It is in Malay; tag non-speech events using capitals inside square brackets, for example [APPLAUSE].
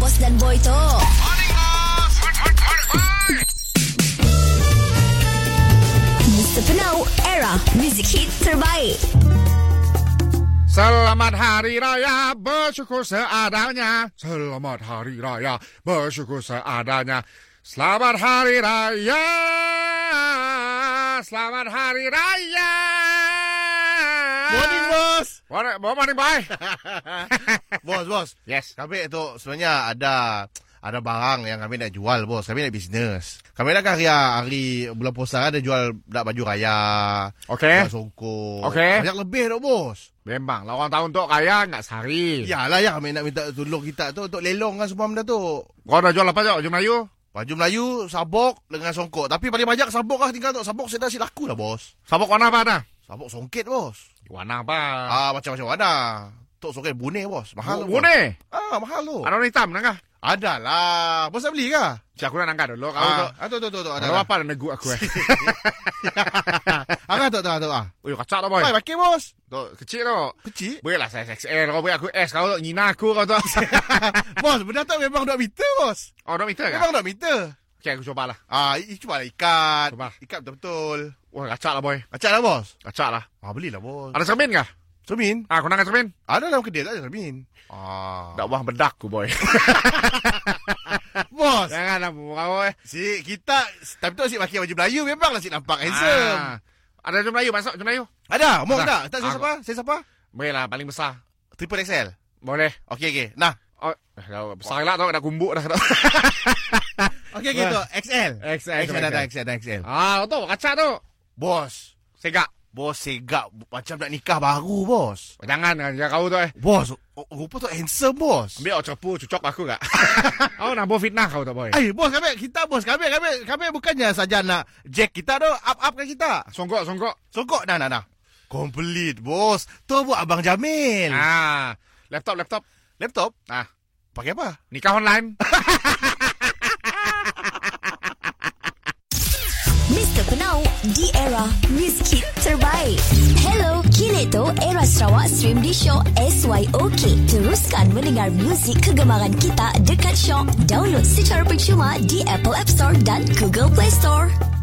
Boss dan Boy tu. Mr. Penau, era music hit terbaik. Selamat Hari Raya, bersyukur seadanya. Selamat Hari Raya, bersyukur seadanya. Selamat Hari Raya, selamat Hari Raya. Morning bos. [LAUGHS] Morning, bon- morning boy. Bos, bos. Yes. Kami tu sebenarnya ada ada barang yang kami nak jual bos. Kami nak bisnes. Kami nak karya hari bulan puasa ada jual nak baju raya. Okey. Jual songkok. Okey. Banyak lebih tu bos. Memang lah orang tahun tu kaya nggak sehari. Yalah ya kami nak minta tolong kita tu untuk lelong kan semua benda tu. Kau dah jual apa jauh? Jual Melayu? Baju Melayu, sabok dengan songkok. Tapi paling banyak sabok lah tinggal tu. Sabok saya dah si laku lah bos. Sabuk warna apa dah? Sabok songket bos. Warna apa? Ah macam-macam ada. Tok songket bune bos. Mahal. Bu- tu, bos. Bune. Ah mahal tu. Ada warna hitam nangkah? Adalah. Bos nak beli kah? Cik aku nak angkat dulu. Kau Ah, tu. ah, tu tu tu tu ada. Kalau apa dah negu aku [LAUGHS] eh. Angkat tu tu tu ah. Ui, kacak tu boy. Pai pakai bos. Tu kecil tu. Kecil. Boleh lah saya XL. Kau boleh aku S. Kau tu nyina aku kau tu. Bos, benda tu memang dok meter bos. [LAUGHS] Oh, dah meter kah? Memang dok meter. Okay, aku cuba lah. Ah, i- cuba lah ikat. Cuba. Ikat betul-betul. Wah, kacak lah boy. Acak lah bos. Kacak lah. Ah, belilah bos. Ada cermin kah? Cermin. Ah, kau nak angkat cermin? Ada dalam kedai tak ada cermin. Ah. Tak buah bedak aku [LAUGHS] boy. Bos. Janganlah murah boy. Si kita tapi tu si pakai baju Melayu memanglah si nampak handsome. Ah. Ada jumlah Melayu masuk jumlah Melayu. Ada, mau Ada. tak? Tak Ah, saya siapa? Saya siapa? Boleh lah paling besar. Triple XL. Boleh. Okey okey. Nah, Oh, eh, dah besar lah tau nak kumbuk dah. tau. okey okey tu XL. XL. XL ada XL ada XL. Ah, tu kacak tu. Bos. Segak. Bos segak macam nak nikah baru bos. Jangan kan jangan kau tu eh. Bos, o- rupa tu handsome bos. Ambil orang cepu cucok aku gak. Kau nak buat fitnah kau tu boy. Eh bos kami kita bos kami kami kami bukannya saja nak jack kita tu up up kan kita. Songgok songgok. Sokok dah nah nah. Complete bos. Tu buat abang Jamil. Ah, laptop laptop. Laptop Ah, pakai apa? nikah online. Mr. Penau, di era music hit terbaik. Hello, kini tu era Sarawak stream di Shock SYOK. Teruskan mendengar muzik kegemaran kita dekat Shock. Download secara percuma di Apple App Store dan Google Play Store.